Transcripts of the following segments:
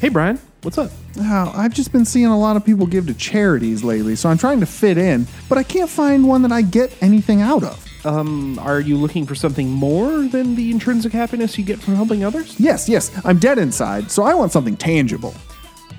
Hey, Brian, what's up? Now, I've just been seeing a lot of people give to charities lately, so I'm trying to fit in, but I can't find one that I get anything out of. Mm, Are you looking for something more than the intrinsic happiness you get from helping others? Yes, yes, I'm dead inside, so I want something tangible.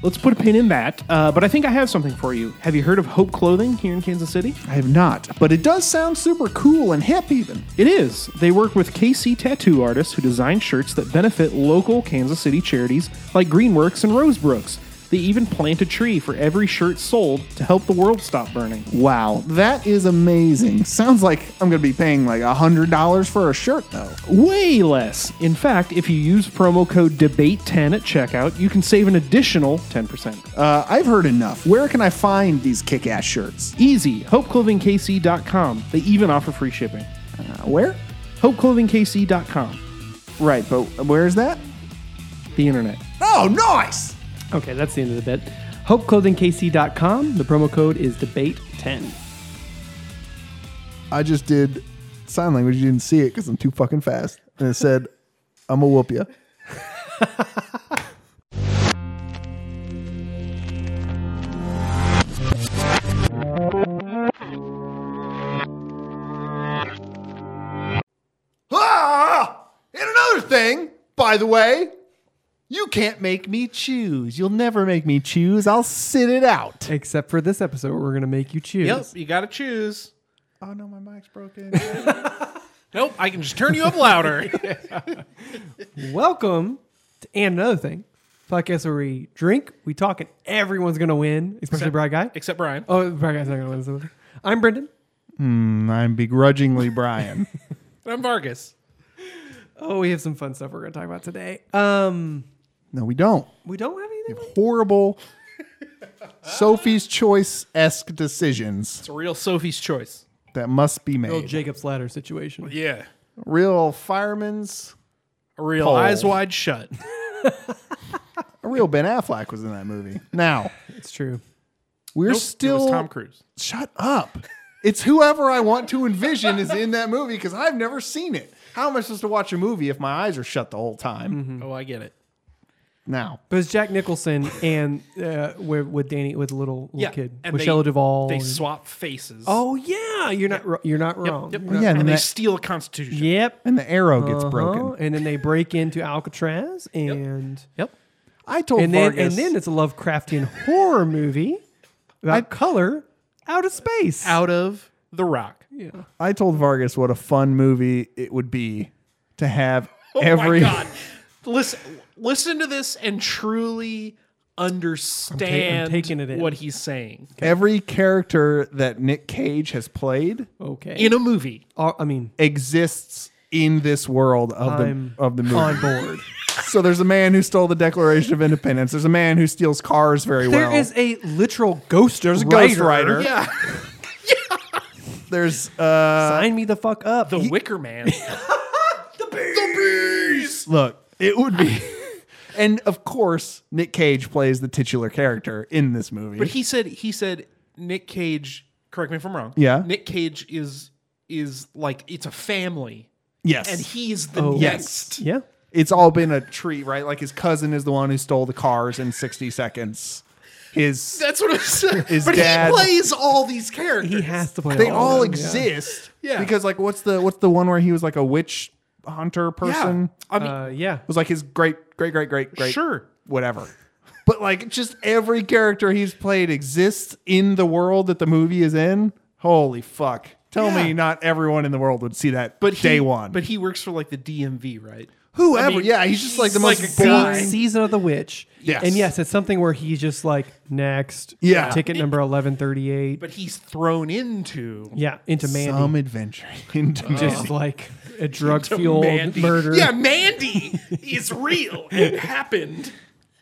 Let's put a pin in that. Uh, but I think I have something for you. Have you heard of Hope Clothing here in Kansas City? I have not, but it does sound super cool and hip, even. It is. They work with KC tattoo artists who design shirts that benefit local Kansas City charities like Greenworks and Rosebrooks. They even plant a tree for every shirt sold to help the world stop burning. Wow, that is amazing. Sounds like I'm going to be paying like $100 for a shirt, though. Way less. In fact, if you use promo code DEBATE10 at checkout, you can save an additional 10%. Uh, I've heard enough. Where can I find these kick ass shirts? Easy. HopeClothingKC.com. They even offer free shipping. Uh, where? HopeClothingKC.com. Right, but where's that? The internet. Oh, nice! Okay, that's the end of the bit. HopeClothingKC.com. The promo code is debate10. I just did sign language. You didn't see it because I'm too fucking fast. And it said, I'm a whoop ya. Ah! And another thing, by the way, you can't make me choose. You'll never make me choose. I'll sit it out. Except for this episode, we're going to make you choose. you gotta choose. Oh, no, my mic's broken. Nope, I can just turn you up louder. Welcome to And Another Thing, podcast where we drink, we talk, and everyone's going to win, especially Brad Guy. Except Brian. Oh, Brad Guy's not going to win. this one. I'm Brendan. I'm begrudgingly Brian. I'm Vargas. Oh, we have some fun stuff we're going to talk about today. Um, no, we don't. We don't have anything. Horrible Sophie's Choice esque decisions It's a real Sophie's choice. that must be Little made. Jacob's Ladder situation. Yeah. Real fireman's. A real Poll. eyes wide shut. A real Ben Affleck was in that movie. Now, It's true. we're Nope, it still. was Tom Cruise. Shut up. It's whoever I want to envision is in that movie because I've never seen it. How am I supposed to watch a movie if my eyes are shut the whole time? Oh, I get it. Now, But it's Jack Nicholson and uh, with, with Danny, with little, little Yeah, kid, and with Shelley they- Duvall. They and- swap faces. oh, yeah. You're not, ro- you're not wrong. Yep. yeah, and and they that- steal a constitution. Yep. and the arrow gets Uh-huh. broken. And then they break into Alcatraz and Yep. I told and then Vargas, and then it's a Lovecraftian horror movie about color out of space. Out of the rock. Yeah. I told Vargas what a fun movie it would be to have every. Oh my God. Listen, listen to this and truly understand taking it in. what he's saying Every character that Nick Cage has played Okay. in a movie. Uh, I mean, exists in this world of I'm the of the movie. on board. So there's a man who stole the Declaration of Independence. There's a man who steals cars very There well. is a literal ghost. There's a Ghost Rider. Yeah, There's uh Sign me the fuck up. the Wicker Man. look, it would be And of course, Nick Cage plays the titular character in this movie. But he said he said Nick Cage. Correct me if I'm wrong. Yeah. Nick Cage is is like it's a family, yes. and he's the next. yeah. it's all been a treat, right? Like his cousin is the one who stole the cars in 60 seconds. His That's what I'm saying. His but dad- he plays all these characters. He has to play. they of all them, yeah. exist. Oh, Yeah. Because like what's the what's the one where he was like a witch hunter person? Yeah. I mean, Uh, yeah. It was like his great great great great great sure. whatever. But like just every character he's played exists in the world that the movie is in. Holy fuck. Tell Yeah. me not everyone in the world would see that But he, day one. But he works for like the DMV, right? whoever, I mean, yeah, he's just like the he's most like a boring. guy. Season of the Witch. Yes. And yes, it's something where he's just like next. Yeah. Ticket number eleven thirty eight. But he's thrown into Yeah. Into Mandy. Some adventure. Uh-huh. into just like a drug fueled Mandy. murder. Yeah, Mandy is real. It happened.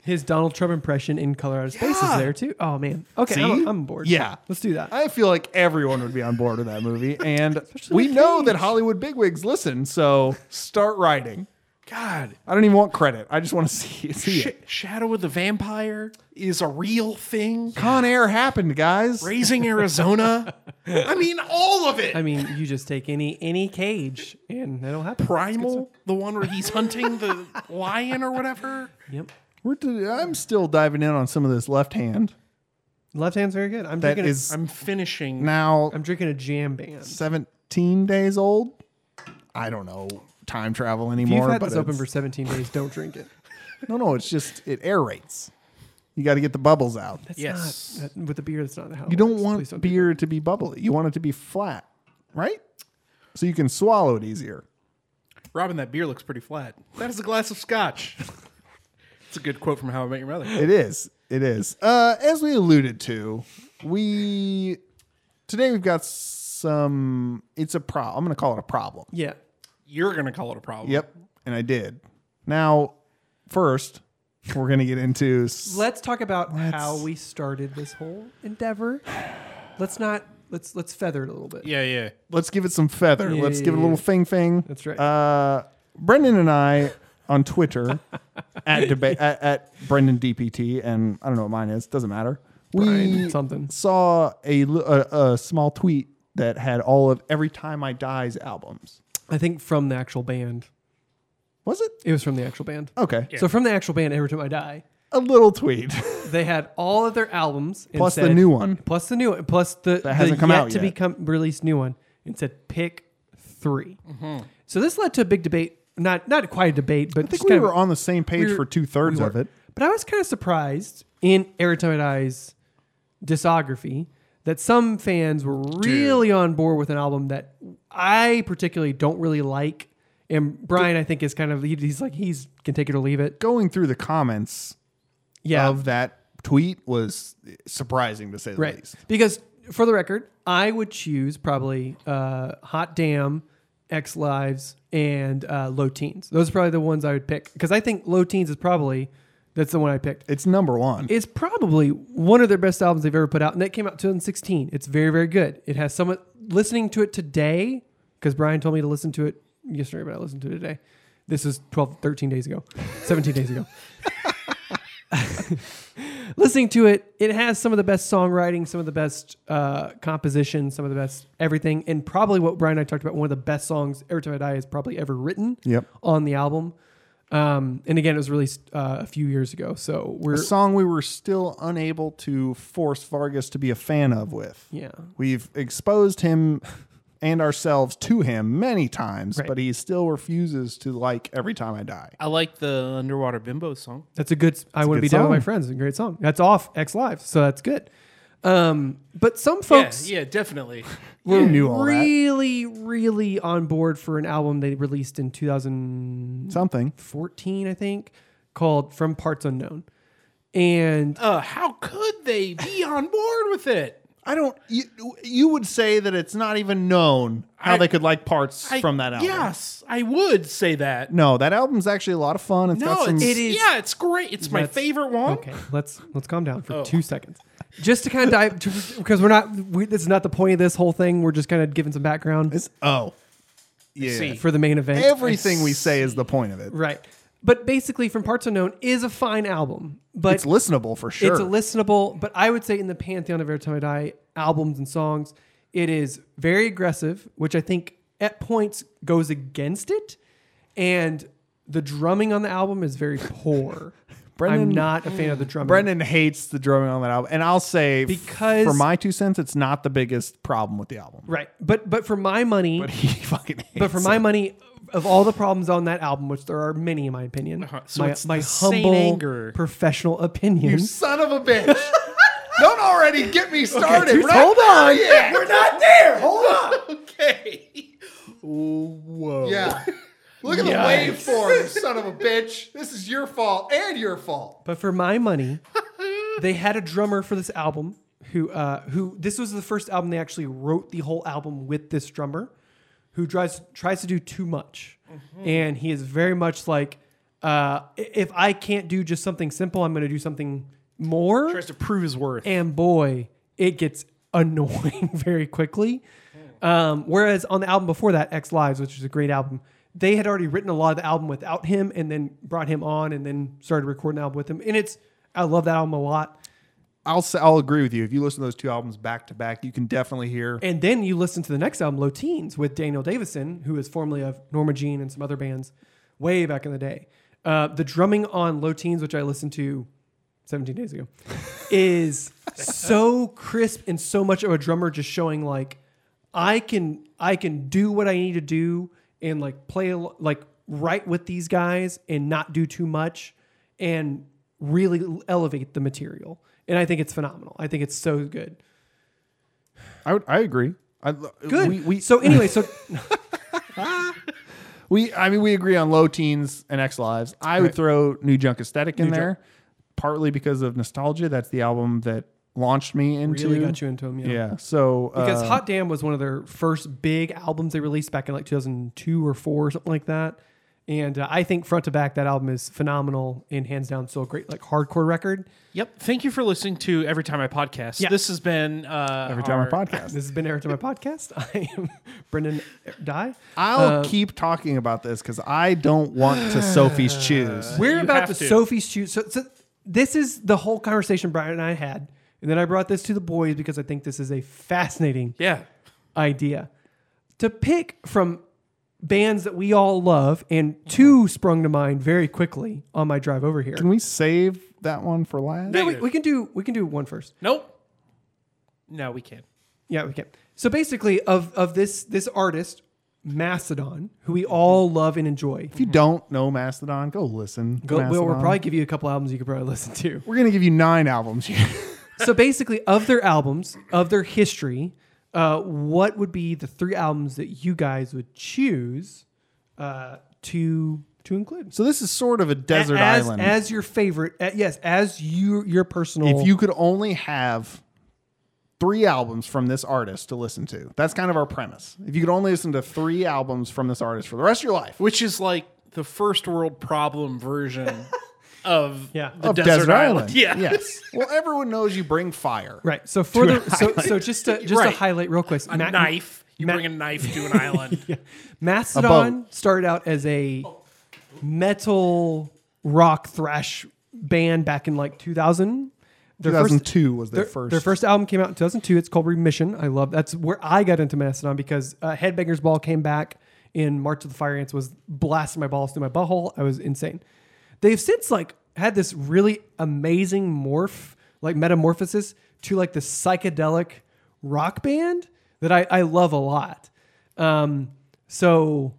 His Donald Trump impression in Colorado Space is Yeah. there too. Oh man. Okay, See? I'm, I'm bored. Yeah. let's do that. I feel like everyone would be on board with that movie. And we know that Hollywood bigwigs listen, so start writing. God, I don't even want credit. I just want to see, see Sh- it. Shadow of the Vampire is a real thing. Con Air happened, guys. Raising Arizona. I mean, all of it. I mean, you just take any any cage and that'll happen. Primal, the one where he's hunting the lion or whatever. Yep. We're to, I'm still diving in on some of this left hand. Left hand's very good. I'm That drinking. is I'm finishing. now a, I'm drinking a jam band. 17 days old. I don't know time travel If you've anymore. had but this open it's- for 17 days, don't drink it. no, no, it's just it aerates. You got to get the bubbles out. That's Yes. not- that- with the beer, that's not how. You don't want beer to be bubbly. You want it to be flat, right? So you can swallow it easier. Robin, that beer looks pretty flat. That is a glass of scotch. It's a good quote from How I Met Your Mother. It is. It is. Uh, as we alluded to, we today we've got some. It's a problem. I'm going to call it a problem. Yeah. You're going to call it a problem. Yep, and I did. Now, first, we're going to get into. s- Let's talk about how we started this whole endeavor. Let's not. Let's let's feather it a little bit. Yeah, yeah. let's give it some feather. Yeah, let's yeah, give it a yeah. little fing fing. That's right. Uh, Brendan and I on Twitter at debate at, at Brendan DPT and I don't know what mine is. Doesn't matter. We Brian something. saw a, l- a a small tweet that had all of Every Time I Die's albums. I think from the actual band. Was it It was from the actual band. okay? So from the actual band, every time I die, A little tweet. they had all of their albums and Plus the said- new one. plus the new one, plus the that hasn't come yet out to yet. become released new one, and said pick 3 So this led to a big debate. Not not quite a debate, I but think just we kind were of, on the same page we for were- two thirds we of were. it. But I was kind of surprised in Airtime Eyes discography that some fans were really on board with an album that I particularly don't really like. And Brian, I think, is kind of he- he's like he's can take it or leave it. Going through the comments Yeah, of that tweet was surprising to say the right. least. Because for the record, I would choose probably uh, Hot Damn, X Lives, and uh, Low Teens. Those are probably the ones I would pick because I think Low Teens is probably that's the one I picked. It's number one. It's probably one of their best albums they've ever put out, and that came out 2016. It's very, very good. It has someone listening to it today because Brian told me to listen to it yesterday, but I listened to it today. This is 12, 13 days ago, 17 days ago. listening to it, it has some of the best songwriting, some of the best uh, composition, some of the best everything, and probably what Brian and I talked about. One of the best songs "Every Time I Die" is probably ever written Yep. on the album. Um, and again, it was released uh, a few years ago, so we're a song we were still unable to force Vargas to be a fan of with. Yeah. We've exposed him and ourselves to him many times, Right. but he still refuses to like every time I die. I like the Underwater Bimbo song. That's a good I want good to be down with my song. friends. It's a great song. That's off X Live, so that's good. Um, but some folks yeah, definitely. We knew all that. really, really on board for an album they released in 2014, Something. I think, called From Parts Unknown. And Uh, how could they be on board with it? I don't. You, you would say that it's not even known how I- they could like parts I- from that album. Yes, I would say that. No, that album's actually a lot of fun. It's No, got some. it's, It is- Yeah, it's great. It's my That's- favorite one. okay, let's let's calm down for two seconds. Just to kind of dive, to- because we're not, we, this is not the point of this whole thing. We're just kind of giving some background it's- oh, yeah. See. for the main event. Everything we say is the point of it. Right. But basically, From Parts Unknown is a fine album, but It's it's, listenable for sure. a listenable, but I would say in the pantheon of Every Time I Die albums and songs, it is very aggressive, which I think at points goes against it. And the drumming on the album is very poor. Brendan- I'm not a fan of the drumming. Mm-hmm. Brendan hates the drumming on that album, and I'll say f- Because- for my two cents, it's not the biggest problem with the album. Right. But but for my money, But he fucking hates. But for my money, of all the problems on that album, which there are many in my opinion, Uh-huh. So my, it's my the same humble anger. professional opinion. it. Son of a bitch. Don't already get me started. dude, We're not hold there on. yet. We're not there. Hold on. okay. Whoa. Yeah. Look at Yikes. the waveform, you son of a bitch. This is your fault and your fault. But for my money, they had a drummer for this album who uh, who this was the first album they actually wrote the whole album with this drummer who tries tries to do too much. And he is very much like uh, i- if I can't do just something simple, I'm going to do something more. Tries to prove his worth. and boy, it gets annoying very quickly. Um, whereas on the album before that, X Lives, which is a great album, they had already written a lot of the album without him, and then brought him on, and then started recording the album with him. And it's I love that album a lot. I'll say, I'll agree with you. If you listen to those two albums back to back, you can definitely hear. And then you listen to the next album, Low Teens, with Daniel Davison, who is formerly of Norma Jean and some other bands way back in the day. Uh, the drumming on Low Teens, which I listened to 17 days ago, is so crisp and so much of a drummer just showing like I can I can do what I need to do and like play al- like right with these guys and not do too much and really elevate the material. And I think it's phenomenal. I think it's so good. I would, I agree. I, Good. We, we so anyway, so we I mean we agree on low teens and X Lives. I would throw New Junk Aesthetic in New Junk. there, partly because of nostalgia. That's the album that launched me into. really got you into them, yeah. Yeah. So Because uh, Hot Damn was one of their first big albums they released back in like 2002 or 4 or something like that. And uh, I think front to back that album is phenomenal and hands down still a great like hardcore record. Yep. Thank you for listening to Every Time I Podcast. Yeah. This has been uh, every time our, our podcast, This has been Eric to my podcast. I am Brendan Dye. Uh, I'll keep talking about this because I don't want to Sophie's choose. We're You about have to, to. Sophie's shoot. So, so this is the whole conversation Brian and I had, and then I brought this to the boys because I think this is a fascinating Yeah. idea to pick from bands that we all love, and two sprung to mind very quickly on my drive over here. Can we save that one for last? Yeah, we, we can do we can do one first. Nope. No, we can't. Yeah, we can. So basically, of of this this artist, Mastodon, who we all love and enjoy. If you don't know Mastodon, go listen. Go, we'll, Mastodon. we'll probably give you a couple albums you could probably listen to. We're gonna give you nine albums here. so basically, of their albums, of their history, uh, what would be the three albums that you guys would choose uh, to to include? so this is sort of a desert as, island. as your favorite. uh, yes, as you your personal. if you could only have three albums from this artist to listen to, that's kind of our premise. If you could only listen to three albums from this artist for the rest of your life, Which is like the first world problem version of Yeah. the of desert, island. Yeah. Yes. Well, everyone knows you bring fire. right. So for the so, so just to just Right. to highlight real quick, A Matt- knife. You Ma- bring a knife to an island. Mastodon started out as a metal rock thrash band back in like 2000. Their first 2002 was their, their, first. their first album came out in 2002. It's called Remission. I love that's where I got into Mastodon because uh, Headbangers Ball came back in March of the Fire Ants was blasting my balls through my butthole. I was insane. They've since like had this really amazing morph, like metamorphosis to like the psychedelic rock band that I, I love a lot. Um, so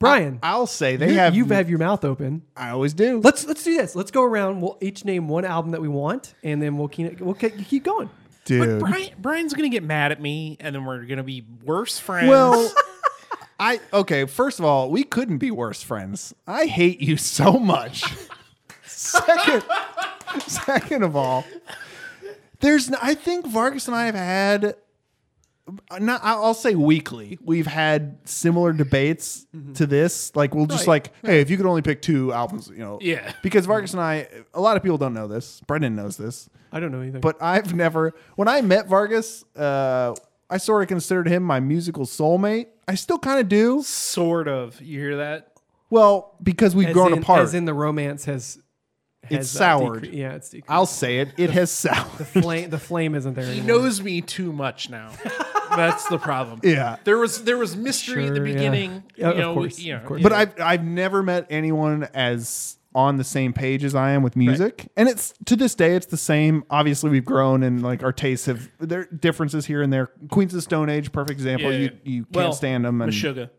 Brian, I'll say they you have. you have your mouth open. I always do. Let's let's do this. Let's go around. We'll each name one album that we want, and then we'll keep we'll ke- keep going. But Dude. Brian, Brian's going to get mad at me, and then we're going to be worse friends. Well, I okay. First of all, we couldn't be worse friends. I hate you so much. second, second of all, there's. n- I think Vargas and I have had. Not, I- I'll say weekly. We've had similar debates Mm-hmm. to this. Like we'll just like, hey, if you could only pick two albums, you know, Yeah. Because Vargas and I, a lot of people don't know this. Brendan knows this I don't know anything. but I've never. When I met Vargas, uh, I sort of considered him my musical soulmate. I still kind of do. sort of. You hear that? Well, because we've as grown in, apart. As in the romance has, has It's uh, soured. decre- yeah, it's decreased. I'll say it. It has soured. flame, the flame isn't there He anymore. knows me too much now. That's the problem. Yeah. There was there was mystery at the Sure, yeah. beginning. Yeah, you of know, we- course, you know, of course. But yeah. I've I've never met anyone as on the same page as I am with music, and it's to this day it's the same. Obviously, we've grown and like our tastes have there are differences here and there. Queens of the Stone Age, perfect example. Yeah, You yeah. you can't Well, stand them. And Meshuggah.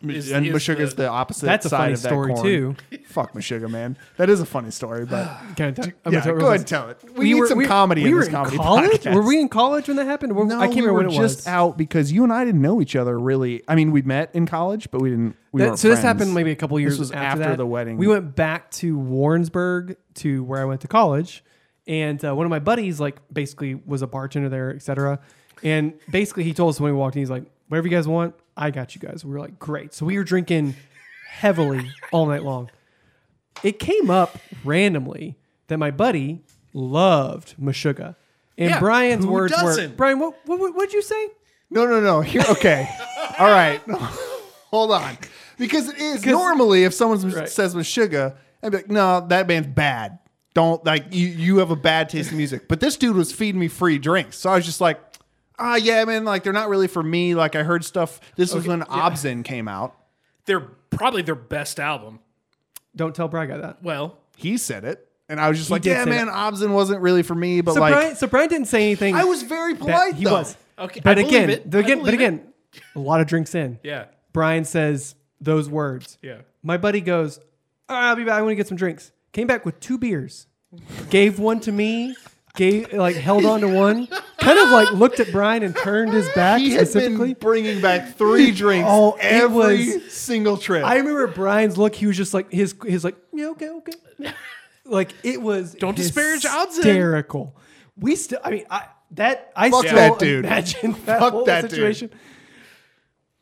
Is- and is Meshuggah is the, opposite That's a side funny of that story, coin. too. Fuck Meshuggah, man. That is a funny story, but Can I tell- yeah, go I'm gonna tell ahead everyone- and tell it. We, need some comedy we in were this comedy college. podcast. Were we in college when that happened? Or- No, I can't we remember were when it just was. out because you and I didn't know each other really. I mean, we met in college, but we didn't. We That- weren't so this friends. happened maybe a couple years was after, after that. the wedding. We went back to Warrensburg to where I went to college, and uh, one of my buddies like basically was a bartender there, etc. And basically, he told us when we walked in, he's like, "Whatever you guys want, I got you guys." We were like, "Great!" So we were drinking heavily all night long. It came up randomly that my buddy loved Meshuggah. And Yeah, Brian's who words were, doesn't? Brian, what, what, what, what'd you say? No, no, no. Here, okay, all right. Hold on, because it is normally if someone Right. says Meshuggah, I'd be like, no, that band's bad. Don't like you. You have a bad taste in music. But this dude was feeding me free drinks, so I was just like, ah, yeah, man. Like they're not really for me. Like I heard stuff. This was when Obzin came out. their probably their best album. Don't tell Bry Guy that. Well, He said it, and I was just like, did "Yeah, say man, Obson wasn't really for me." But So, like, Brian, so Brian didn't say anything. I was very that- polite. He though. was. okay. But I believe again, it. the- I again, but believe it. again, a lot of drinks in. yeah, Brian says those words. yeah. My buddy goes, All right, I'll be back. I want to get some drinks. Came back with two beers, gave one to me, gave like held on to one, kind of like looked at Brian and turned his back He had been specifically. bringing back three drinks Oh, it every was- single trip. I remember Brian's look. He was just like his his like yeah okay okay, yeah." like it was. Don't disparage Odson. Hysterical. We still. I mean, I that I still that dude. imagine that Fuck whole that dude. situation.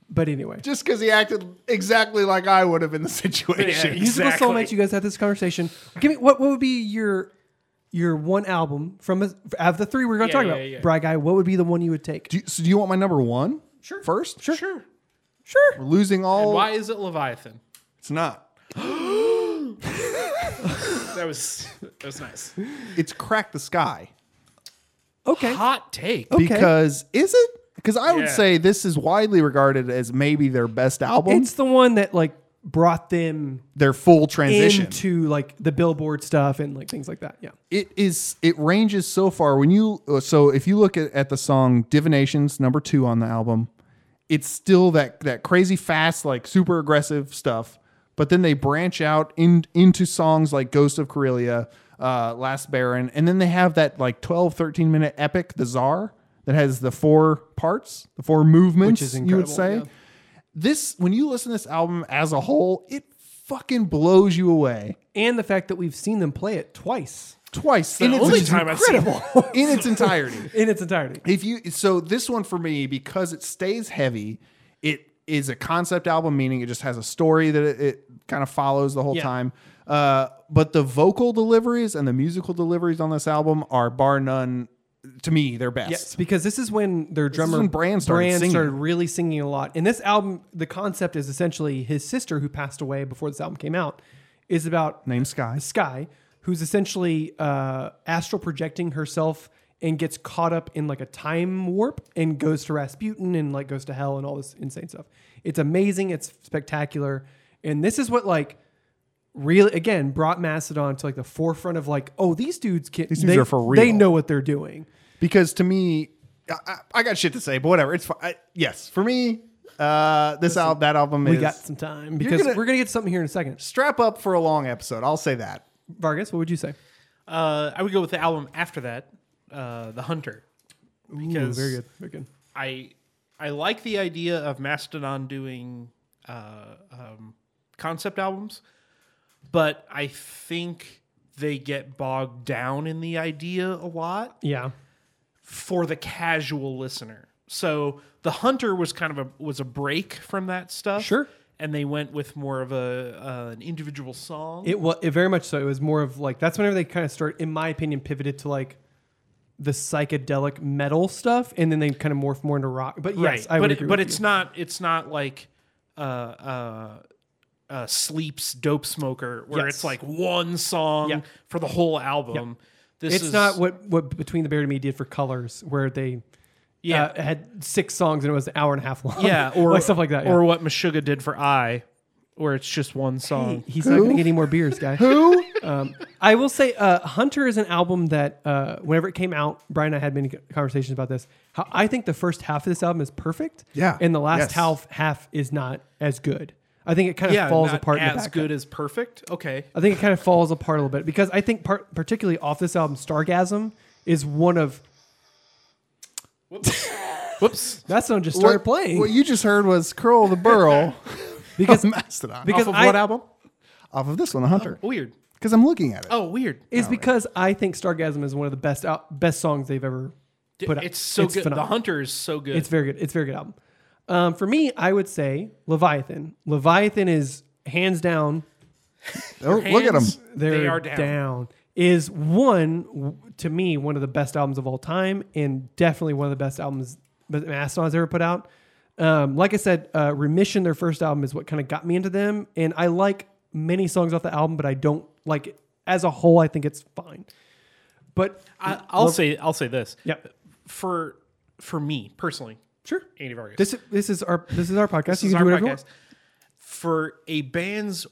But anyway, just because he acted exactly like I would have in the situation. Yeah, musical Exactly. soulmates. You guys had this conversation. Give me what what would be your your one album from a, of the three we're going to Yeah, talk yeah, about, yeah. Bry Guy? What would be the one you would take? Do you, so do you want my number one? Sure. First, Sure. Sure. sure. We're losing all. Why is it Leviathan? It's not. That was that was nice. It's crack the sky Okay. Hot take. Oh. Okay. because is it? Because I would Yeah. say this is widely regarded as maybe their best album. It's the one that like brought them their full transition. into like the billboard stuff and like things like that. Yeah. it is it ranges so far when you uh, so if you look at, at the song divinations number two on the album it's still that that crazy fast like super aggressive stuff but then they branch out in, into songs like ghost of Corellia, uh, last baron and then they have that like 12 13 minute epic the czar that has the four parts the four movements is you would incredible, say yeah. this when you listen to this album as a whole it fucking blows you away And the fact that we've seen them play it twice twice in, the its, only enti- time I've seen it. in its entirety in its entirety. if you so this one for me because it stays heavy it is a concept album meaning it just has a story that it, it kind of follows the whole Yeah. time uh, but the vocal deliveries and the musical deliveries on this album are bar none to me their best Yes, because this is when their drummer when Brand started Brand singing. started really singing a lot. And this album, the concept is essentially his sister who passed away before this album came out, is about name skies Sky, who's essentially uh, astral projecting herself and gets caught up in like a time warp and goes to Rasputin and like goes to hell and all this insane stuff. It's amazing. It's spectacular. And this is what like really again brought Mastodon to like the forefront of like oh these dudes can dudes they, are for they real. know what they're doing. because to me I, I, I got shit to say but whatever it's fine I, yes for me uh, this album that album We is got some time because gonna- we're gonna get something here in a second. strap up for a long episode i'll say that Vargas, what would you say? Uh, I would go with the album after that, uh, The Hunter, because very good, very good. I I like the idea of Mastodon doing uh, um, concept albums, but I think they get bogged down in the idea a lot Yeah, for the casual listener. So the hunter was kind of a was a break from that stuff. Sure. And they went with more of a uh, an individual song. it was it very much so. It was more of like that's whenever they kind of start, in my opinion, pivoted to like the psychedelic metal stuff, and then they kind of morph more into rock. But yes, I but would it- agree but with it's you. not it's not like uh uh uh, sleeps dope smoker where Yes. it's like one song Yeah. for the whole album. This It's is not what what between the bear and me did for colors, where they yeah uh, had six songs and it was an hour and a half long. yeah or like stuff like that. yeah. or what Meshuggah did for I, where it's just one song. He's not going to get any more beers, guy. Who? Um, I will say, uh, Hunter is an album that, uh, whenever it came out, Brian and I had many conversations about this. How I think the first half of this album is perfect. Yeah. And the last Yes. half half is not as good. I think it kind of yeah, falls not apart. in the as back good as perfect. Okay, I think it kind of falls apart a little bit because I think part, particularly off this album, Stargasm is one of whoops. that song just started what, playing what you just heard was curl the burl because mastodon because Off of I, what album? off of this one the hunter Weird. because i'm looking at it Oh, weird. is because I think Stargasm is one of the best out, best songs they've ever put out. it's so good. phenomenal. The Hunter is so good. It's very good. It's a very good album. Um, for me, I would say Leviathan. Leviathan is hands down. Oh, look at him. Hands, They're They are down. Is one w- to me one of the best albums of all time, and definitely one of the best albums that Mastodon's ever put out. Um, like I said, uh, Remission, their first album, is what kind of got me into them, and I like many songs off the album, but I don't like it as a whole. I think it's fine, but I, I'll say. I'll say this. yeah, For for me personally, sure. Andy Vargas. This this is our this is our podcast. This you is can our do whatever you want. podcast. For a band's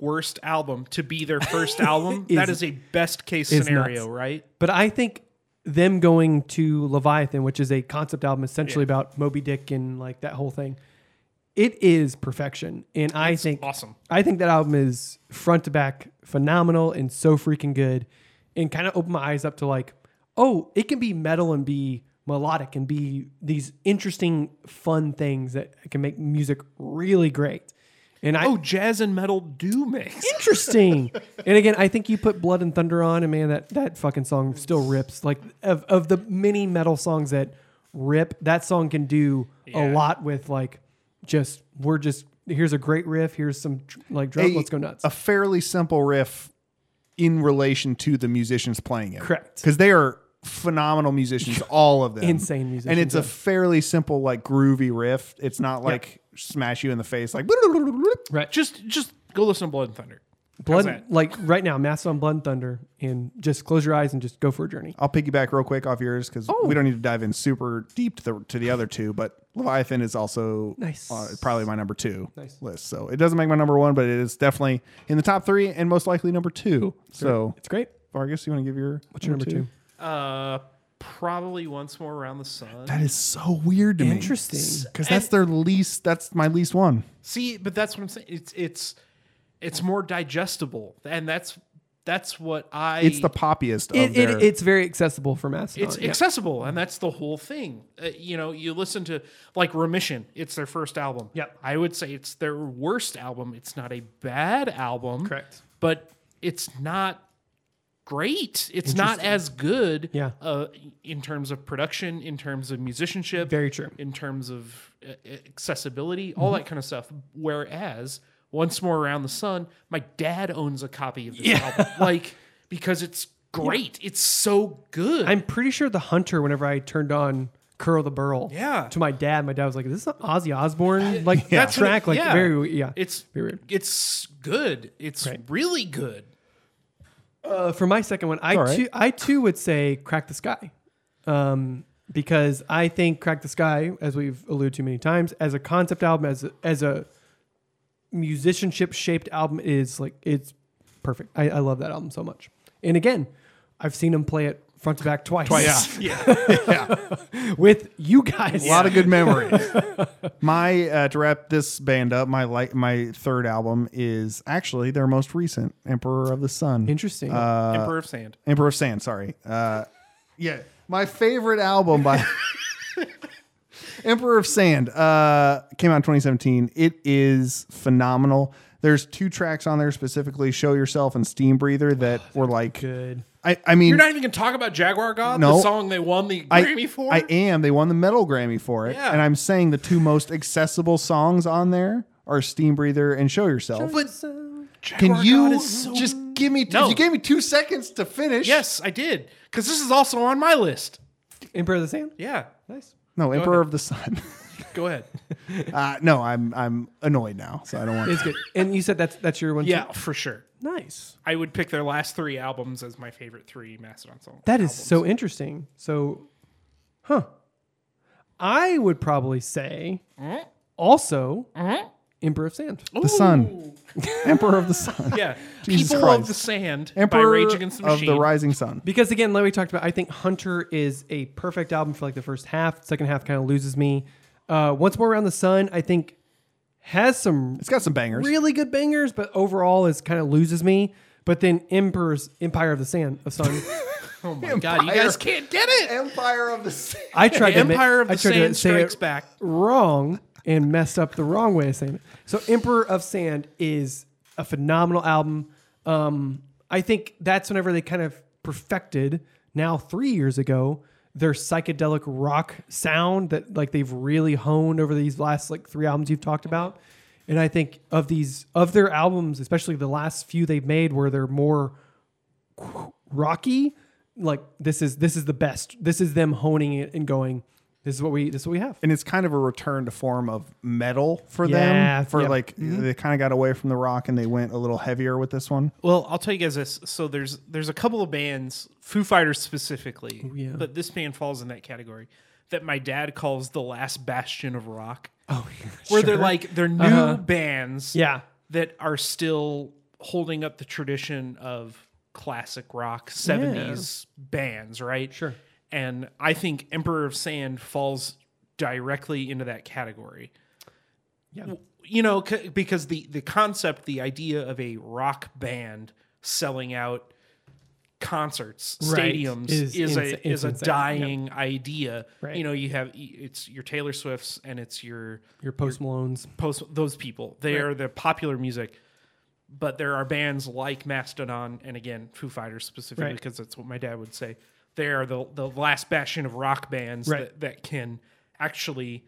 worst album to be their first album, that is a best case is scenario, nuts. right? But I think them going to Leviathan, which is a concept album essentially about Moby Dick and like that whole thing, it is perfection. And I think awesome. I think that album is front to back phenomenal and so freaking good, and kind of opened my eyes up to like, oh, it can be metal and be melodic and be these interesting, fun things that can make music really great. And I Oh, jazz and metal do mix. interesting. and again, I think you put Blood and Thunder on, and man, that that fucking song still rips. Like of of the many metal songs that rip, that song can do a lot with like just we're just here's a great riff, here's some tr- like drum, a- Oh, let's go nuts. A fairly simple riff in relation to the musicians playing it. Correct. Because they are phenomenal musicians, all of them. Insane And musicians, it's yeah. a fairly simple, like groovy riff. It's not like smash you in the face, like Just just go listen to Blood and Thunder. Blood, that? like right now, Mastodon, Blood and Thunder, and just close your eyes and just go for a journey. I'll piggyback real quick off yours because Oh. we don't need to dive in super deep to the, to the other two, but Leviathan is also Nice. uh, probably my number two list. So it doesn't make my number one, but it is definitely in the top three and most likely number two. So It's great. Vargas, you want to give your What's your number two? Uh probably once more around the sun. That is so weird to me. Interesting. Because that's their least. That's my least one. See, but that's what I'm saying. It's it's it's more digestible. And that's that's what I It's the poppiest of It, their. it, it's very accessible for Mastodon. it's yeah. Mm-hmm. accessible and that's the whole thing uh, you know you listen to like remission it's their first album Yep. i would say it's their worst album it's not a bad album Correct. but it's not great it's not as good Yeah. uh, in terms of production in terms of musicianship Very true. Mm-hmm. in terms of uh, accessibility all that kind of stuff whereas once more around the sun my dad owns a copy of this album like because it's great it's so good I'm pretty sure the hunter. Whenever I turned on "Curl the Burl," Yeah. to my dad, my dad was like, "Is this an Ozzy Osbourne like That's what it- track?" Like yeah. very we- yeah. It's Very weird. It's good. It's really good. Uh, for my second one, I right. too, I too would say "Crack the Sky," um, because I think "Crack the Sky," as we've alluded to many times, as a concept album, as a, as a musicianship shaped album, is like it's perfect. I, I love that album so much. And again, I've seen him play it front to back twice. Twice, yeah, with you guys. a lot of good memories. my uh, to wrap this band up, my like my third album is actually their most recent, Emperor of the Sun. Interesting. Emperor of Sand. Emperor of Sand, sorry. Uh, yeah, my favorite album by Emperor of Sand uh, came out in 2017. It is phenomenal. There's two tracks on there specifically, "Show Yourself" and "Steam Breather," that were like, good. I, I mean, Oh, You're not even gonna talk about Jaguar God, No. the song they won the I, Grammy for. I am. They won the metal Grammy for it, Yeah. and I'm saying the two most accessible songs on there are "Steam Breather" and "Show Yourself." Jaguar Can you God is so- just give me? No. You gave me two seconds to finish. yes, I did. Because this is also on my list. Emperor of the Sand. Yeah. Nice. No, Emperor of the Sun. Go ahead. Uh, no, I'm I'm annoyed now, so I don't want. It's good. And you said that's that's your one. yeah, for sure. Too? Nice. I would pick their last three albums as my favorite three Mastodon songs. That is so interesting. So, huh? I would probably say also Emperor of Sand. the Sun, Emperor of the Sun, yeah. Jesus People Christ. of the Sand Emperor by Rage Against the of Machine. the Rising Sun. Because again, like we talked about, I think Hunter is a perfect album for like the first half. Second half kind of loses me. Uh, Once more around the sun, I think has some It's got some bangers. really good bangers, but overall is kind of loses me. But then Emperor's Empire of the Sand of Sun. oh my god, you guys can't get it. Empire of the Sun. I tried to ma- Empire of I the tried to Sand say it Strikes Back. wrong and messed up the wrong way of saying it. So Emperor of Sand is a phenomenal album. Um, I think that's whenever they kind of perfected now three years ago their psychedelic rock sound that like they've really honed over these last like three albums you've talked about. And I think of these of their albums, especially the last few they've made where they're more rocky like this is this is the best this is them honing it and going this is what we this is what we have And it's kind of a return to form of metal for Yeah, them. For yeah. like they kind of got away from the rock and they went a little heavier with this one. Well, I'll tell you guys this. So there's there's a couple of bands, Foo Fighters specifically, Oh, yeah. but this band falls in that category that my dad calls the last bastion of rock, oh Uh-huh. where they're like they're new bands yeah that are still holding up the tradition of classic rock 70s bands, right? Sure. And I think Emperor of Sand falls directly into that category. Yeah. You know, c- because the the concept, the idea of a rock band selling out concerts, Right. stadiums Is is, insa- a it's is a insane. dying idea. Right. You know, you have it's your Taylor Swifts and it's your Your Post Malone's. post those people. They are the popular music, but there are bands like Mastodon and again Foo Fighters specifically Right. because that's what my dad would say. They are the the last bastion of rock bands Right. that, that can actually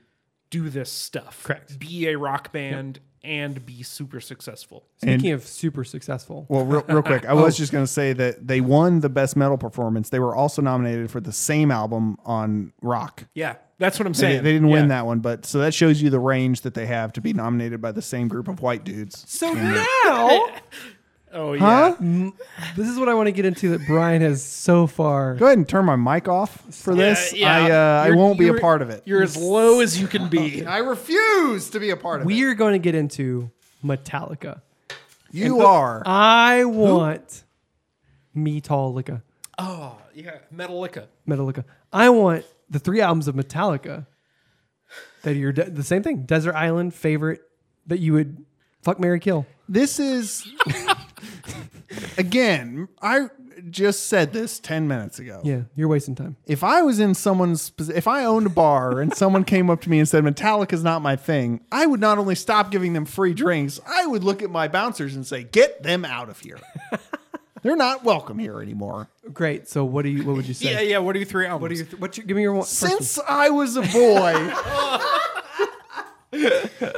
do this stuff. Correct. Be a rock band and be super successful. Speaking of super successful, Well, real, real quick, I was just going to say that they won the best metal performance. They were also nominated for the same album on rock. Yeah, that's what I'm They, saying. they didn't Yeah. win that one, but so that shows you the range that they have to be nominated by the same group of white dudes. so now Oh yeah. this is what I want to get into that Brian has so far. Go ahead and turn my mic off for this. yeah. I uh, I You're- won't be a you're- part of it. You're as low as you can be. I refuse to be a part of it. We are going to get into Metallica. You are. uh, I want Metallica. Oh yeah, Metallica. Metallica. I want the three albums of Metallica that you're de- the same thing. Desert Island favorite that you would fuck Mary Kill. This is again. I just said this ten minutes ago. Yeah, you're wasting time. If I was in someone's, posi- if I owned a bar and someone came up to me and said Metallica's not my thing, I would not only stop giving them free drinks, I would look at my bouncers and say, "Get them out of here. They're not welcome here anymore." Great. So what do you? What would you say? Yeah, yeah. What are your three albums? What are your? Th- what's your? Give me your one. first one. Since I was a boy.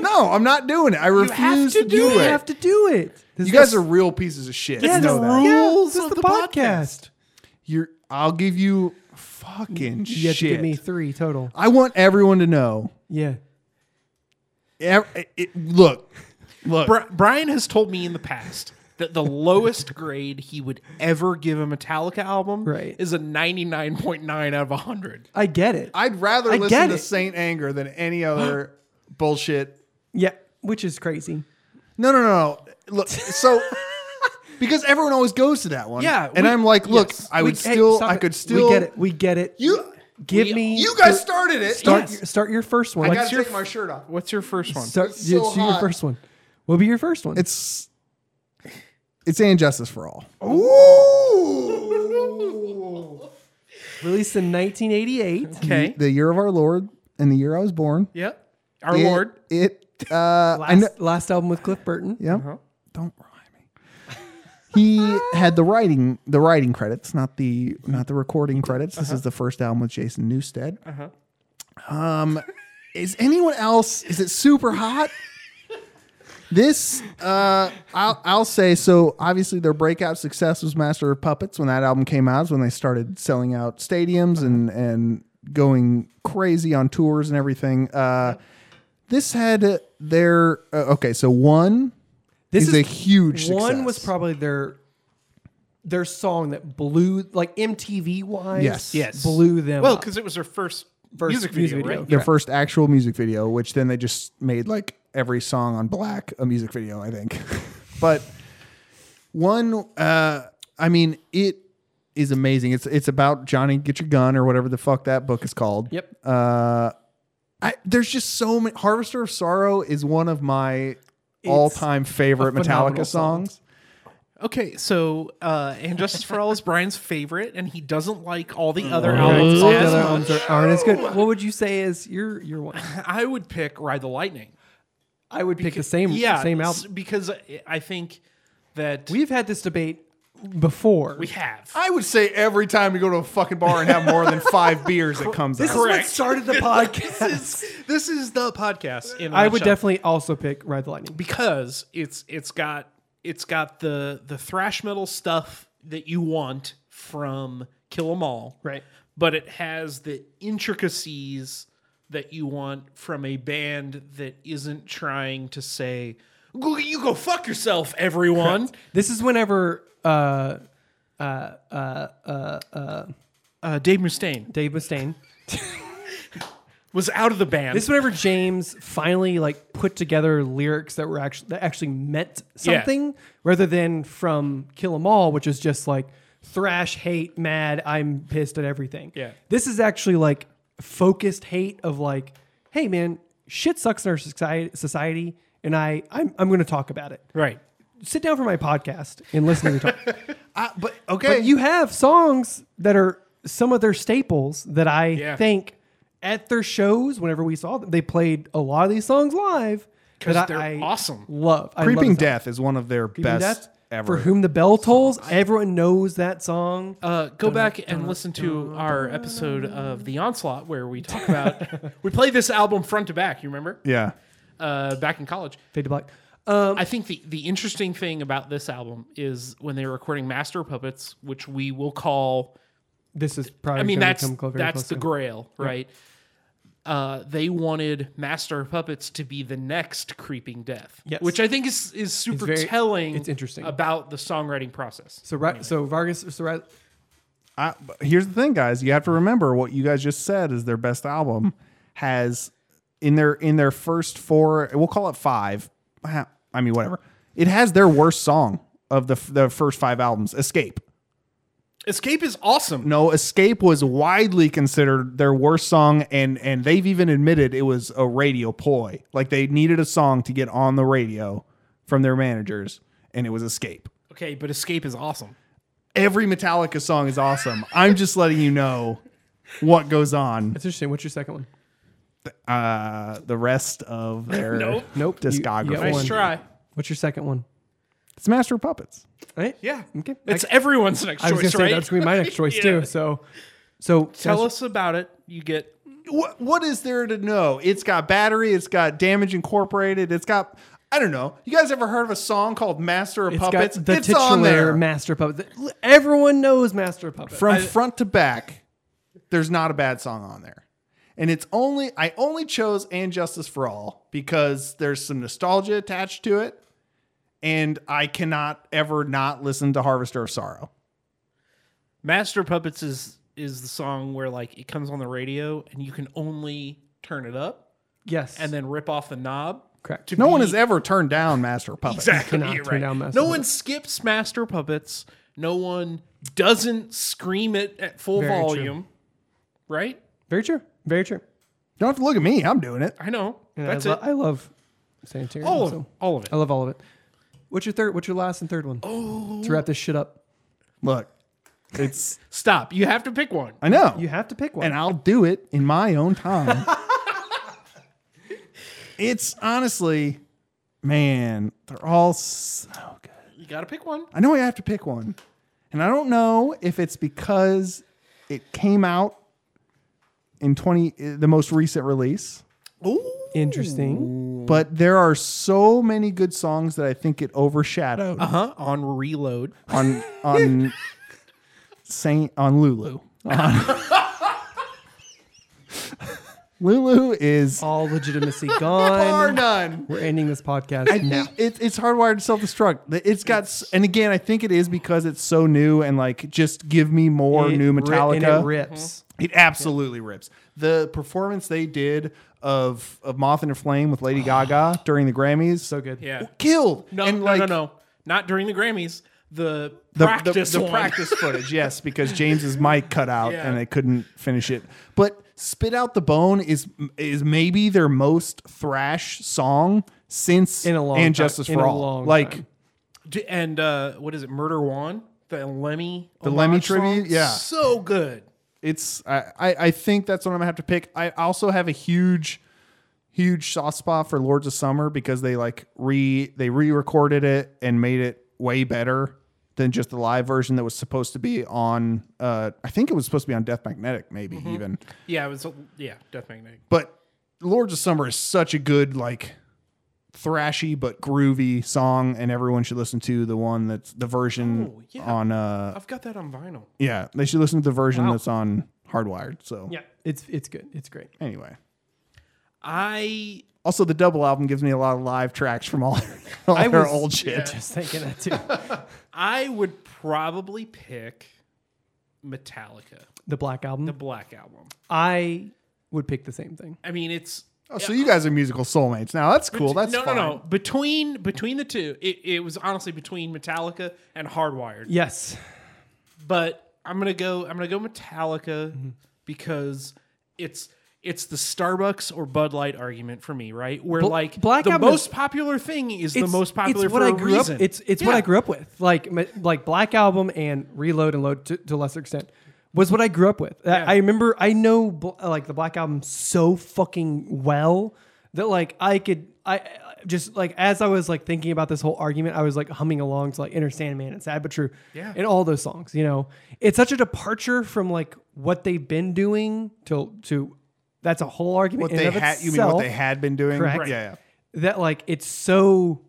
No, I'm not doing it. I refuse to, do, You it. have to do it. This you is guys the- are real pieces of shit. yeah, You the know that. rules of the, podcast. You're. I'll give you fucking You shit. have to give me three total. I want everyone to know. Yeah. Ev- it- look, look. Bri- Brian has told me in the past that the lowest grade he would ever give a Metallica album Right. is a 99.9 out of 100. I get it. I'd rather I get listen to it. Saint Anger than any other bullshit. yeah, which is crazy. No, no, no. no. Look, so because everyone always goes to that one. Yeah, and we- I'm like, look, I We- would hey, still, stop I it. could still We get it. We get it. You, give me. you guys the- started it. start. Yes. your- Start your first one. I gotta take my shirt off. What's your first one? Start, It's so let's do your hot. first one. What'll be your first one? It's it's and justice for all. released in 1988. okay. The year of our Lord and the year I was born. Yep. Our It- Lord. It. Uh, I know, Last, last album with Cliff Burton. Yeah. Don't remind me. He had the writing the writing credits, not the not the recording credits. This is the first album with Jason Newsted. Uh-huh. Um is anyone else is it super hot? This uh I'll I'll say so obviously their breakout success was Master of Puppets when that album came out is when they started selling out stadiums and and going crazy on tours and everything. Uh this had uh, their uh, okay, so one This is a huge One success. was probably their their song that blew like MTV wise. Yes. Yes. blew them. Well, up. because it was her first, First music music video, video. right? their first actual music video, which then they just made like every song on Black a music video, I think. but one, uh, I mean, it is amazing. It's it's about Johnny Get Your Gun or whatever the fuck that book is called. yep, I, there's just so many. Harvester of Sorrow is one of my all time favorite phenomenal Metallica song. songs. Okay, so uh, And Justice for All is Brian's favorite, and he doesn't like Mm-hmm. all the other albums all the as other much. albums are, aren't as good. What would you say is your your one? I would pick Ride the Lightning. I would pick the same Yeah, same s- album. because I- I think that We've had this debate before. we have. I would say every time you go to a fucking bar and have more than five beers, it comes this out. is what started the podcast. this is the podcast. In a I would nutshell. definitely also pick Ride the Lightning. because it's it's got it's got the the thrash metal stuff that you want from Kill 'Em All, Right. But it has the intricacies that you want from a band that isn't trying to say "Go- you go fuck yourself, everyone. This is whenever uh, Uh, Dave Mustaine. Dave Mustaine was out of the band. This is whenever James finally like put together lyrics that were actually that actually meant something rather than from Kill 'Em All, which is just like thrash, hate, mad, I'm pissed at everything. Yeah. This is actually like focused hate of like, hey man, shit sucks in our society society and I I'm, I'm gonna talk about it. right. Sit down for my podcast and listen to me talk. but okay, But you have songs that are some of their staples that I think at their shows, whenever we saw them, they played a lot of these songs live. Because they're awesome. Love. I Creeping love that. Death is one of their Creeping best Death, ever. For Whom the Bell Tolls. Everyone knows that song. Uh, go back and listen to our episode of The Onslaught where we talk about. we played this album front to back, you remember? yeah. Uh, back in college. Fade to Black. I think the, the interesting thing about this album is when they were recording Master of Puppets, which we will call This is probably I mean, gonna that's come clo- very that's close the to- grail, right? Uh, they wanted Master of Puppets to be the next Creeping Death, Yes. which I think is is super very- telling. it's interesting. about the songwriting process. So, right, so Vargas, so right, I, but here's the thing, guys. You have to remember what you guys just said is their best album has in their in their first four. We'll call it five. I mean, whatever. It has their worst song of the the first five albums. Escape. Escape is awesome. No, Escape was widely considered their worst song, and and they've even admitted it was a radio ploy. Like they needed a song to get on the radio from their managers, and it was Escape. Okay, but Escape is awesome. Every Metallica song is awesome. I'm just letting you know what goes on. that's interesting. What's your second one? Uh, the rest of their Nope. Nope. You- you got discography. one. Nice try. What's your second one? It's Master of Puppets. Right? Yeah, Okay. it's everyone's next I was going choice, to say right? that's going to be my next choice, Yeah. too. So, so Tell us about it. You get What what is there to know? It's got battery. It's got damage incorporated. It's got I don't know. You guys ever heard of a song called Master of It's Puppets? got the it's titular on there. Master Puppet. Everyone knows Master Puppet. from front to back there's not a bad song on there and it's only i only chose and justice for all because there's some nostalgia attached to it and i cannot ever not listen to harvester of sorrow Master of Puppets is is the song where like it comes on the radio and you can only turn it up yes, and then rip off the knob. correct. to no one be- has ever turned down master of puppets Exactly. cannot you're turn right. down Master no one skips master puppets. No one doesn't scream it at full Very true. volume. Right? Very true. Very true. you don't have to look at me i'm doing it I know. And That's I, lo- it. I love Sanitarium. all of so- all of it. I love all of it. What's your third? What's your last and third one? Oh, to wrap this shit up, look it's Stop. You have to pick one. i know you have to pick one. and I'll do it in my own time. it's honestly, man, they're all so good. You got to pick one. I know I have to pick one. And I don't know if it's because it came out in 20 the most recent release, Interesting. but there are so many good songs that I think it overshadowed Oh. Huh? On reload. on on Saint on Lulu. On- Lulu is All legitimacy bar gone. none. We're ending this podcast now. It, it's hardwired to self-destruct. It's got, s and again, I think it is because it's so new and like just give me more It new ri- and Metallica. it rips. It absolutely rips. The performance they did of of Moth and Flame with Lady Gaga during the Grammys, so good. Yeah. killed. No, and no, like, no, no. Not during the Grammys. The, The, the- practice the one. practice footage, yes, because James's mic cut out Yeah. and they couldn't finish it. But "Spit Out the Bone" is is maybe their most thrash song since In a long and time- Justice in for a All. long like time. D- And uh, what is it? Murder One? The Lemmy. The Lemmy homage song? tribute? Yeah. So good. it's I, I I think that's what I'm gonna have to pick. I also have a huge, huge soft spot for Lords of Summer because they like re they re-recorded it and made it way better than just the live version that was supposed to be on. Uh, I think it was supposed to be on Death Magnetic, maybe Mm-hmm. even. Yeah, it was yeah, Death Magnetic. But Lords of Summer is such a good like thrashy but groovy song, and everyone should listen to the one that's the version Oh, yeah. on. Uh, I've got that on vinyl. yeah, they should listen to the version that's on Hardwired. So Yeah, it's it's good. It's great. anyway. I Also, the double album gives me a lot of live tracks from all, all I their was- old shit. Just thinking that too. I would probably pick Metallica, The Black Album. the Black Album. I would pick the same thing. I mean, it's Oh, so you guys are musical soulmates. Now that's cool. That's no, fine. no, no. Between between the two, it, it was honestly between Metallica and Hardwired. Yes. But I'm gonna go. I'm gonna go Metallica Mm-hmm. because it's it's the Starbucks or Bud Light argument for me, right? Where Bl- like Black the Album is- most popular thing is the most popular it's what for I a grew reason. Up, it's it's what I Yeah. grew up with. Like ma- like Black Album and Reload and Load to, to a lesser extent was what I grew up with. I- I remember I know bl- like the Black Album so fucking well that like I could I I just like as I was like thinking about this whole argument, I was like humming along to like Inner Sandman and Sad but True, yeah, and all those songs. You know, it's such a departure from like what they've been doing to to. That's a whole argument. What in they of had, you mean what itself they had been doing? correct? Yeah, yeah. That like it's so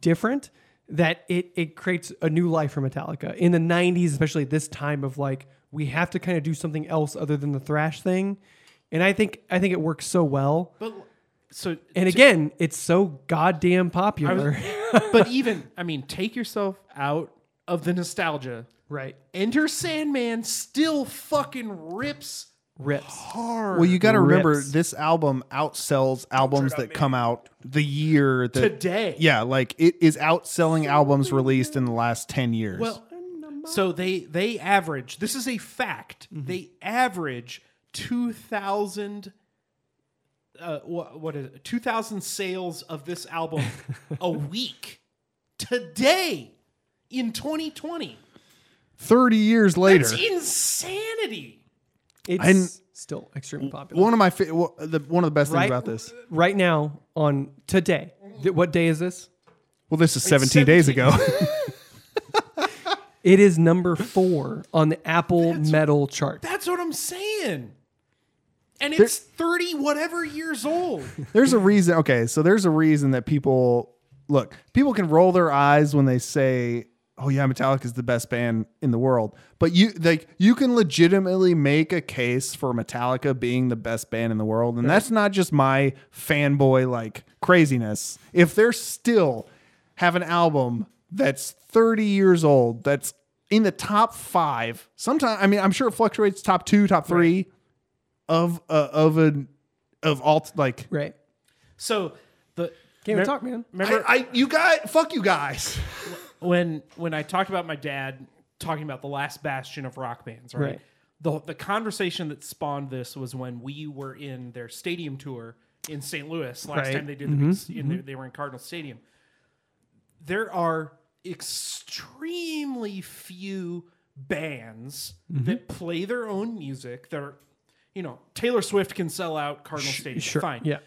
different that it it creates a new life for Metallica in the '90s, especially this time of like we have to kind of do something else other than the thrash thing, and I think I think it works so well. but so And again, it's so goddamn popular, but even I mean, take yourself out of the nostalgia. right? Enter Sandman still fucking rips Rips. hard. Well, you got to remember Rips. this album outsells albums that come out the year that Today. Yeah, like it is outselling albums released in the last ten years. Well, so they they average. This is a fact. They average two thousand. Uh, what what is two thousand sales of this album a week today in 2020? thirty years later, It's insanity. It's And- still extremely popular. one of my fa- well, the, one of the best things right, about this. right now on today. Th- what day is this? Well, this is seventeen days ago. It is number four on the Apple Metal chart. That's what I'm saying. And it's 30 whatever years old. there's a reason. Okay, so there's a reason that people look. People can roll their eyes when they say, "Oh yeah, Metallica is the best band in the world," but you like you can legitimately make a case for Metallica being the best band in the world, and that's not just my fanboy like craziness. If they're still have an album that's 30 years old, that's in the top five, sometimes I mean I'm sure it fluctuates top two, top three of uh, of an of alt like Right. So the Can't Mem- even talk, man. Remember I, I you got fuck you guys. when when I talked about my dad talking about the last bastion of rock bands, right? Right. The the conversation that spawned this was when we were in their stadium tour in St. Louis last Right. Mm-hmm. time they did the big s- in the, they were in Cardinal Stadium. There are extremely few bands Mm-hmm. that play their own music that are you know, Taylor Swift can sell out Cardinal Stadium. Sure. Fine. Yeah.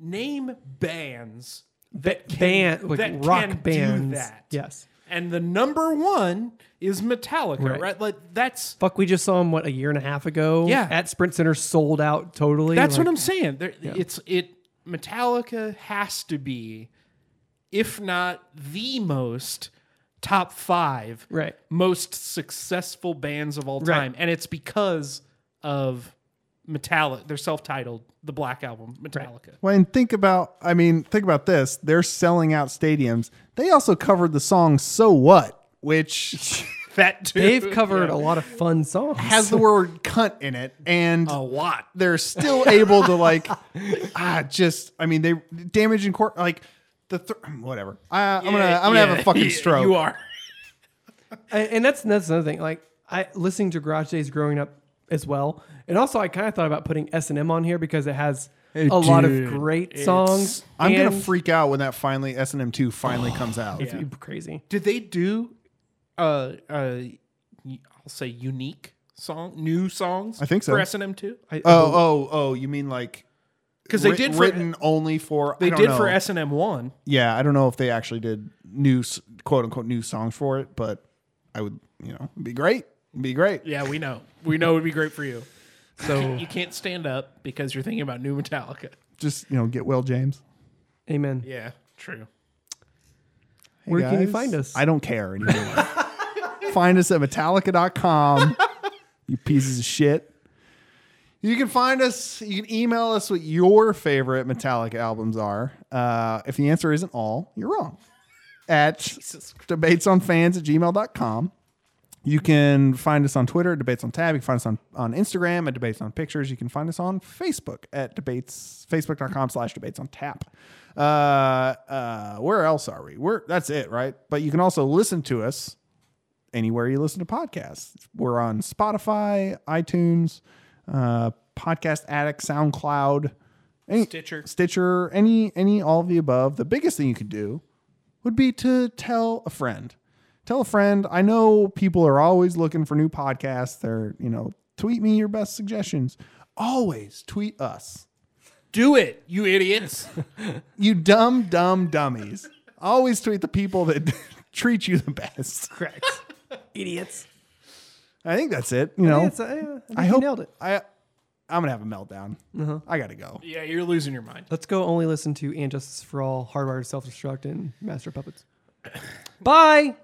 Name bands That can- band, like that rock can do bands. that. Yes. and the number one is Metallica, Right. right? Like that's Fuck, we just saw him what a year and a half ago. Yeah. At Sprint Center, sold out totally. that's Like, what I'm saying. There, It's it Metallica has to be, if not the most top five, Right. most successful bands of all Right. time, and it's because of Metallica. They're self-titled, the Black Album, Metallica. Well, and think about I mean, think about this. They're selling out stadiums. They also covered the song So What, which That too. They've covered a lot of fun songs. has the word cunt in it and a lot. they're still able to like ah just I mean, they damage in court like the th- whatever. I, I'm going to I'm going to have a fucking stroke. You are. and and that's that's another thing. Like I listening to Garage Days growing up as well, and also I kind of thought about putting S and M on here because it has a lot of dude, great songs. I'm going to and- freak out when that finally S&M2 finally comes out. It's crazy. Did they do uh uh y- I'll say unique song new songs? I think so. For S and M too? I, Oh, oh, oh, you mean like Because they writ- did for written only for I they don't did know. for S and M one. yeah, I don't know if they actually did new s- quote unquote new songs for it, but I would, you know, it'd be great. It'd be great. Yeah, we know. We know it'd be great for you. So you can't stand up because you're thinking about new Metallica. Just, you know, get well, James. amen. Yeah, true. Hey, Where can you guys. find us? I don't care anymore. find us at metallica.com. you pieces of shit. You can find us, you can email us what your favorite Metallica albums are. Uh, if the answer isn't all, you're wrong. At debatesonfans at gmail.com. You can find us on Twitter at Debates on Tab. You can find us on, on Instagram at Debates on Pictures. You can find us on Facebook at Debates, Facebook.com slash Debates on Tap. Uh, uh, where else are we? We're, that's it, right? But you can also listen to us anywhere you listen to podcasts. We're on Spotify, iTunes, uh, Podcast Addict, SoundCloud, any, Stitcher. Stitcher, any any all of the above. The biggest thing you could do would be to tell a friend. Tell a friend. I know people are always looking for new podcasts. They're you know tweet me your best suggestions. Always tweet us. Do it, you idiots. You dumb dumb dummies. Always tweet the people that treat you the best. Correct. Idiots. I think that's it. You know, It's, uh, yeah, I, think I you hope nailed it. Uh-huh. I I'm gonna have a meltdown. I gotta go. yeah, you're losing your mind. Let's go only listen to And Justice for All, Hardwired Self Destruct, and Master of Puppets. Bye.